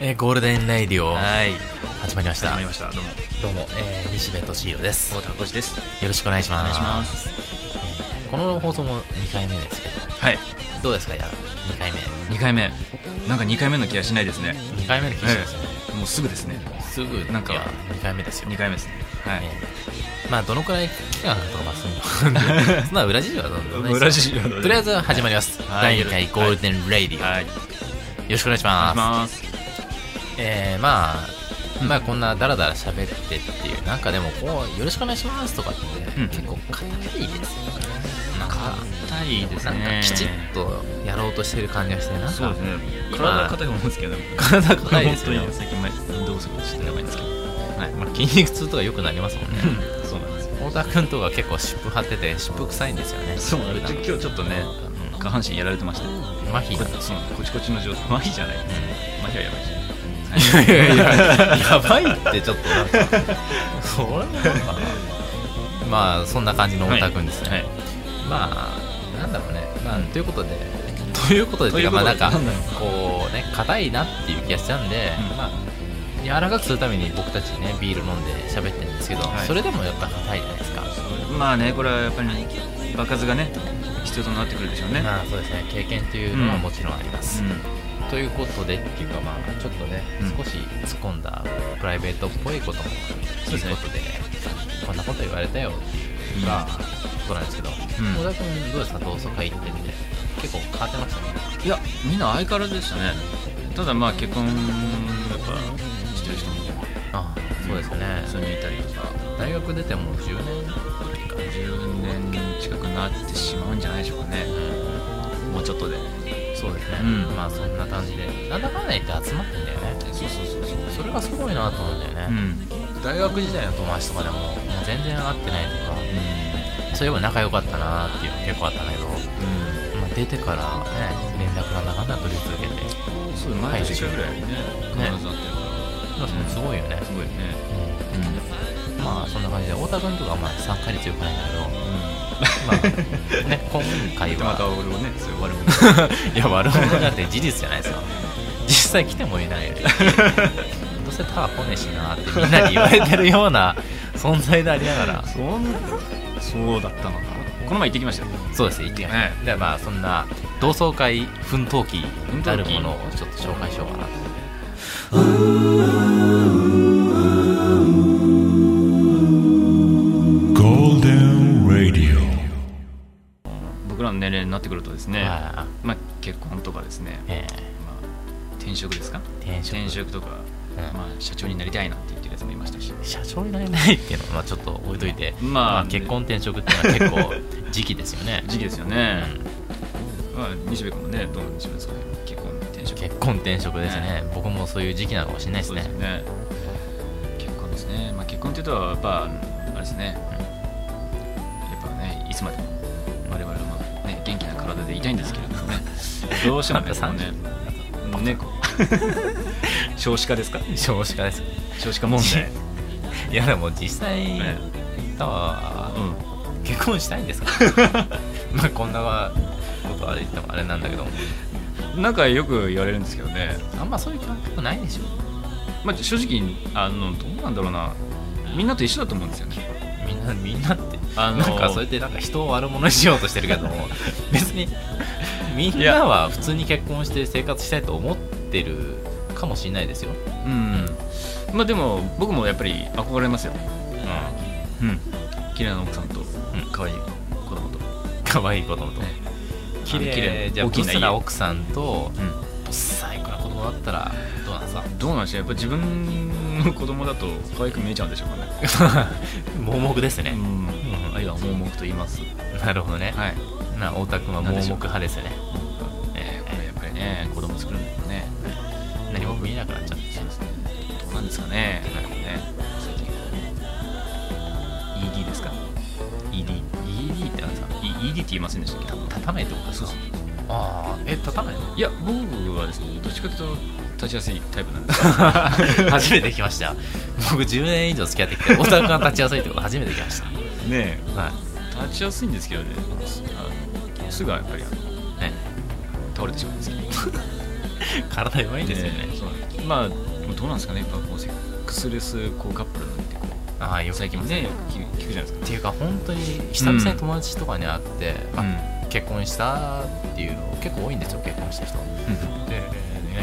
えーゴールデンレイディオはい始まりました始まりましたどうもどうも、えー西部敏弘です太よ田浩二ですおろしくお願いします願いしますこの放送も2回目ですけどはいどうですかや2回目2回目なんか2回目の気がしないですね2回目の気がしますね、もうすぐですねすぐなんか2回目ですよ2回目ですねはえいーまあどのくらい期間がかかるとかまあそういうの そんな裏事情はどうでもない裏です事情はどうでもないとりあえず始まります、はい第2回ゴールデンレイディオ、はいよろしくお願いしお願いますしますえー、まあ、まあこんなダラダラ喋ってっていうなんかでもこう「よろしくお願いします」とかって、うん結構硬いですよねなんか硬いですねなんかきちっとやろうとしてる感じがしてなんそうかですね今体が硬いと思うんですけど体硬いですよ本当に最近前どうするちょっとやばいんですけどはいまあ、筋肉痛とかよくなりますもんねそうなんですよ太田君とか結構湿布張ってて湿布臭いんですよねそうなんです普今段日ちょっとねうん下半身やられてました麻痺なんですそうなんですこちこちの状態麻痺じゃないです麻痺はや ばいしいやいややばいってちょっとなんか それもなんかなまあそんな感じの太田君ですね、はいはいまあなんだろうね、まあ、ということでということでっていうかまあといなうんことかでなんだこうね硬いなっていう気がしちゃうんで、うんまあ柔らかくするために僕たちねビール飲んで喋ってるんですけど、はいそれでもやっぱ硬いじゃないですか、まあねこれはやっぱり場数がね必要となってくるでしょうね、まあそうですね経験というのはもちろんあります、うということでっていうかまあちょっとね、うん少し突っ込んだプライベートっぽいこともそというでうすねことでこんなこと言われたよっていううんまあことなんですけど、ん小田君どうですか同窓会行ってみて結構変わってましたねん、いやみんな相変わらずでしたねただまあ結婚やっぱしてる人もああそうですよね普通にいたりとか大学出てもう10年10年近くなってしまうんじゃないでしょうかねもうちょっとでそうですね、うんまあそんな感じでなんだかんだ言って集まってんだよねそうそうそうそうそれがすごいなと思うんだようね、ん、大学時代の友達とかでももう全然会ってないとか、そういえば仲良かったなーっていうの結構あったんだけど、まあ、出てからね連絡がなかなか取り続けて、うん、そう毎年ぐらいね必ずなってるかまあ、それすごいよねら、すごいねまあそんな感じで太田君とかまあ参加率良くないんだうん、うん、けど、まあ ね、今回または俺をねそう悪者いや悪者だって事実じゃないですか実際来てもいないよどうせタワー来ねえしなーってみんなに言われてるような存在でありながらそん そうだったのかこの前行ってきましたよそうです行ってきました、ええではまあそんな同窓会奮闘記なるものをちょっと紹介しようかなと僕らの年齢になってくるとですね、はいまあ、結婚とかですね、えまあ、転職ですかえ転職転職とか、うんまあ、社長になりたいなって言ってるやつもいましたし社長になれないっていうのはまあちょっと置いといて、まあ結婚転職っていうのは結構時期ですよね時期ですよね、まあ、西部君もねどうなんでしょうですかね結婚転職結婚転職ですね、僕もそういう時期なのかもしれないですそうでねすよね結婚ですね、まあ、結婚っていうとやっぱあれですね、やっぱねいつまでも我々はまあ、ね、元気な体でいたいんですけれどもねどうしてもねまたもうねこう少子化ですか少子化です少子 化問題 いやでも実際えタワうーん結婚したいん ですかまあこんなことは言ってもあれなんだけどなんかよく言われるんですけどね、あんまそういう感覚ないでしょまあ、正直あのどうなんだろうなみんなと一緒だと思うんですよねみんなみんなってあのなんかそうやってなんか人を悪者にしようとしてるけど も別にみんなは普通に結婚して生活したいと思ってるかもしれないですよ、うんまあでも僕もやっぱり憧れますようん綺麗な奥さんとん可愛い子供と、可愛い子供とね綺あの綺麗麗じゃあ大きブなス家な奥さんとうブサイクな子供だったらどうなんさん、どうなんでしょうやっぱ自分の子供だと可愛く見えちゃうんでしょうかね盲目ですね、んうんあ るいは盲目と言いますなるほどね、はい、な太田君は盲目派ですねえーこれやっぱりね子供作るのもね何も見えなくなっちゃってそうですねどうなんですかねなんかね最近 ED ですか ED ED ってなんさ E- ED って言いませんでしたっけ多分畳めってことですかそうああえ畳めいや僕はで すねどっちかというと立ちやすいタイプなんです初めて来ました僕10年以上付き合ってきて太田君が立ちやすいってこと初めて来ました ねは立ちやすいんですけどねあのすぐはやっぱりあのいね倒れてしまうんですけど体弱いんですよねそうなんですまあどうなんですかねやっぱこうセックスレスこうカップルなんてこうああよく最近もねよく聞く聞くじゃないですかっていうか本当に久々に友達とかに会って、あうん結婚したっていうの結構多いんですよ結婚した人で、ね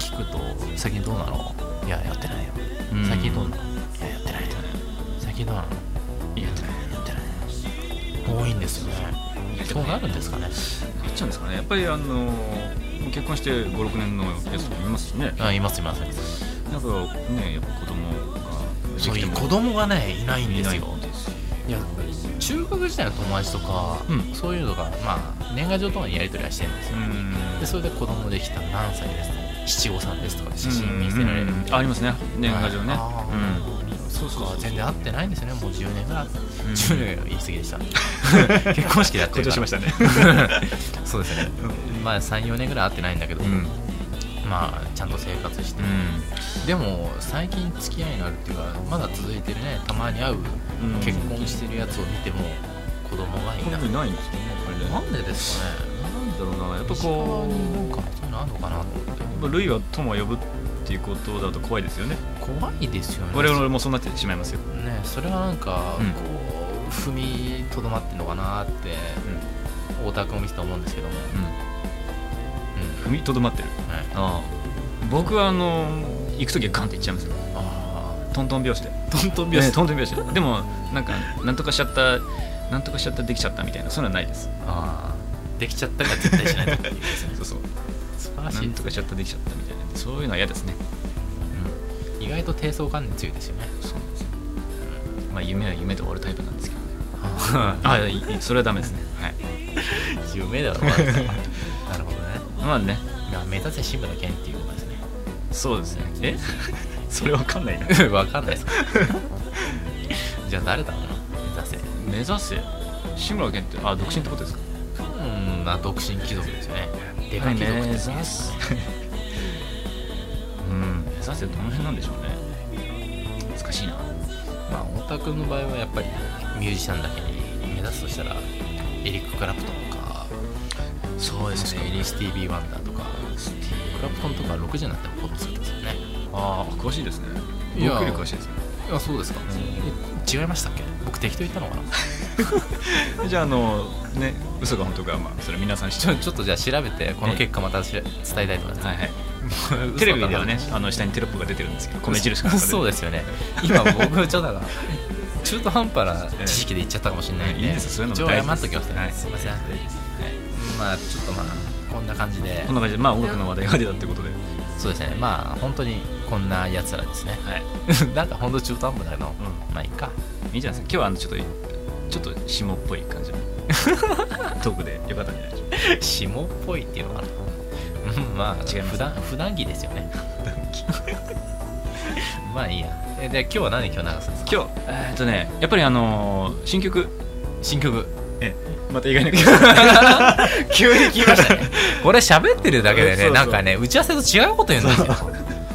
聞くと「最近どうなの?」「いややってないよ」うん最近どうなの?」「いややってないよ」「最近どうなの?」いやってない「やってないよ」多いんですよねそうなるんですかねなっちゃうんですかねやっぱりあのもう結婚して56年のやつもいますしねあいますいますいますなんかねやっぱ子供がそういう子供供がねいないんいでなすいよですよいや中学時代の友達とか、うんそういうのがまあ年賀状とかにやり取りはしてるんですうよ、んでそれで子供できた何歳ですとか七五三ですとかで写真見せられるみたいなうんありますね年賀状ねあーそうそうそう全然会ってないんですよねもう10年ぐらい、ん10年は言い過ぎ でした結婚式だってるからたねそうですね、まあ34年ぐらい会 ってないんだけど、うんまあちゃんと生活して、でも最近付き合いのあるっていうかまだ続いてるねたまに会う、ん結婚してるやつを見ても子供がい興な味ないんですよねやなっぱんでですかねりねなんだろうなやっぱ西側こになんうかそういうのあるのかなと思ってまあ類は友を呼ぶっていうことだと怖いですよね怖いですよね我々もそうなってしまいますよ、ねそれはなんかうんこう、踏みとどまってんのかなって太田君を見てた思うんですけども、うん踏みとどまってるはい、ああ僕はあの行く時はガンって行っちゃいますよあトントン拍子であトントンえ拍え子、トントン拍子ででもなんかなんとかしちゃったなんとかしちゃったできちゃったみたいなそういうのはないですああできちゃったが絶対しないとかいうですねそうそう素晴らなしいんですとかしちゃったできちゃったみたいなそういうのは嫌ですねうん意外と低層観念強いですよねそうなんですよまあ夢は夢で終わるタイプなんですけど ねああいいそれはダメですねはいあ夢だろ なるほどねまあねまあ目指せ志村けんっていうことですねそうですねえ それわかんないな わかんないですじゃあ誰だろうな目指せ目指せ志村けんってあ独身ってことですかうんまあ独身貴族ですよねでかはい貴族目ってい指う すうん目指せどの辺なんでしょうね難しいなまあ太田君の場合はやっぱりミュージシャンだけに目指すとしたらエリック・クラプトンとかそうもしくはエリス・ティービー・ワンダーとかクラプトンとか6時になっても行動するんですよねああ詳しいですねいや僕より詳しいですねあそうですか、え違いましたっけ僕適当言ったのかな じゃああのね嘘か本当かまあそれ皆さん知ってちょちょっとじゃあ調べてこの結果またしら伝えたいと思います、 はいはい嘘テレビではねあの下にテロップが出てるんですけど米印かなんかそうですよ ね今僕ちょっとなんか中途半端な知識で言っちゃったかもしれないんでいいですそういうの一応も謝大事ですっときますね、はいすいません、はいまあちょっとまあこんな感じでこんな感じでまあ音楽の話題が出たってことでそうですねまあ本当にこんなやつらですね はいなんかほんと中途半端だけど、んまあいいかいいじゃないですか今日はあのちょっとちょっと下っぽい感じ のトークでよかったんじゃないでしょうか霜っぽいっていうのかなうんまあ違います普段普段着ですよね まあいいやえで今日は何で今日流すんですか今日えーっとねやっぱりあのー新曲新曲えまた意 外な曲急に聞きましたねこれ喋ってるだけでねそうそうなんかね打ち合わせと違うこと言うんですよ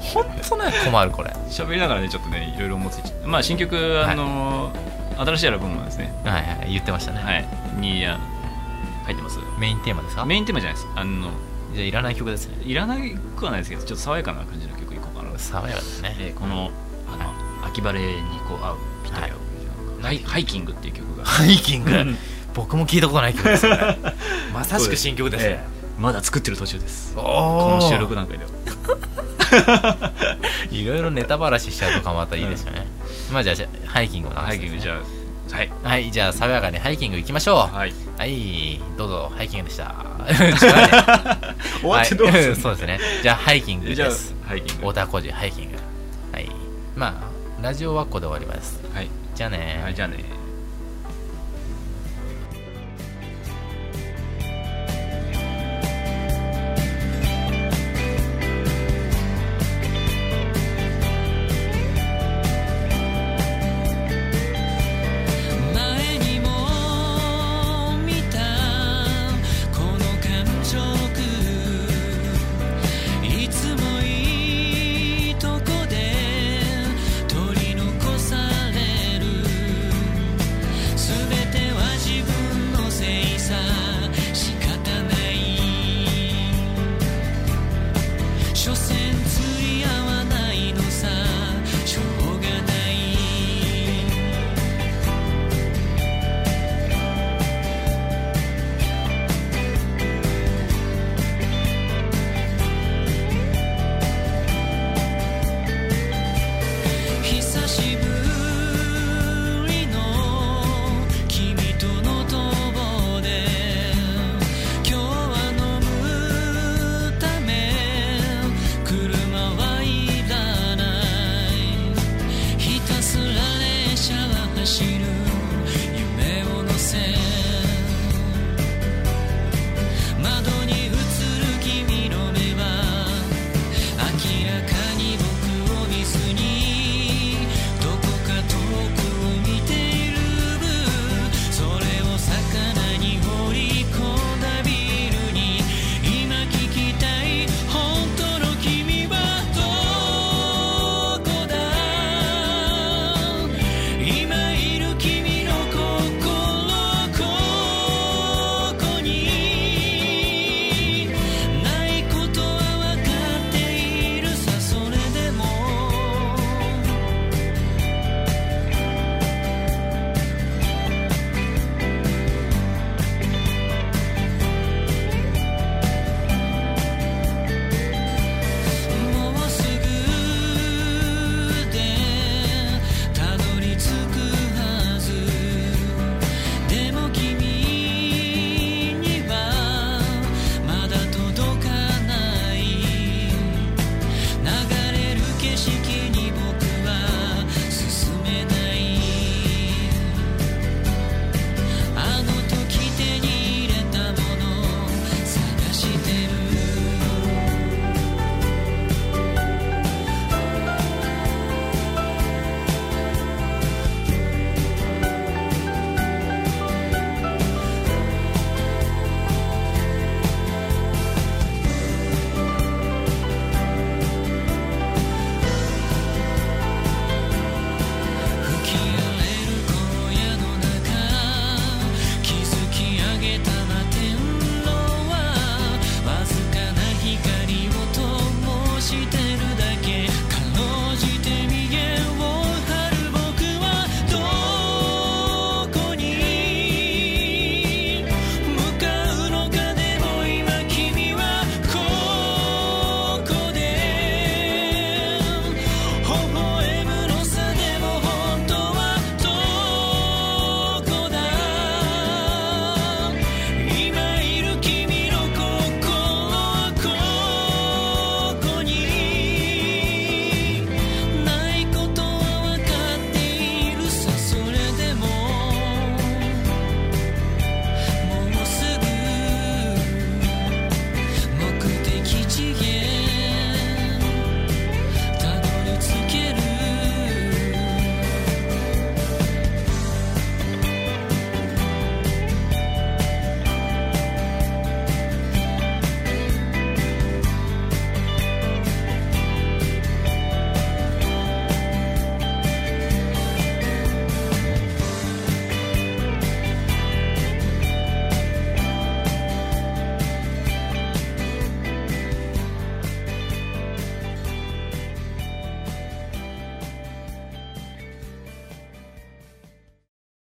本当ね困るこれは 喋りながらねちょっとねいろいろ思いついちゃってまあ新曲あのー新しいアルバムもですねいはい言ってましたね、はいにあ入ってますメインテーマですかメインテーマじゃないですあのじゃあいらない曲ですねいらないくはないですけどちょっと爽やかな感じの曲いこうかな爽やかですねでこのあの、秋晴れにこう合うぴったり合う、はいハイハイキングっていう曲 がハイキ ングうん僕も聞いたことない曲ですよ ねまさしく新曲ですえねえまだ作ってる途中ですここのの収録段階ではいろいろネタばらししちゃうとかまたいいですよね、まあじゃあじゃあハイキングを流ハすイんキでンすねグじゃあはいはいじゃあ爽やかにハイキング行きましょうはいはいどうぞハイキングでした 終終わってどうす る、そうですねじゃあハイキングじゃであすハイキング太田浩二ハイキングはいまあラジオはここで終わりますはい、じゃあねはい、じゃあね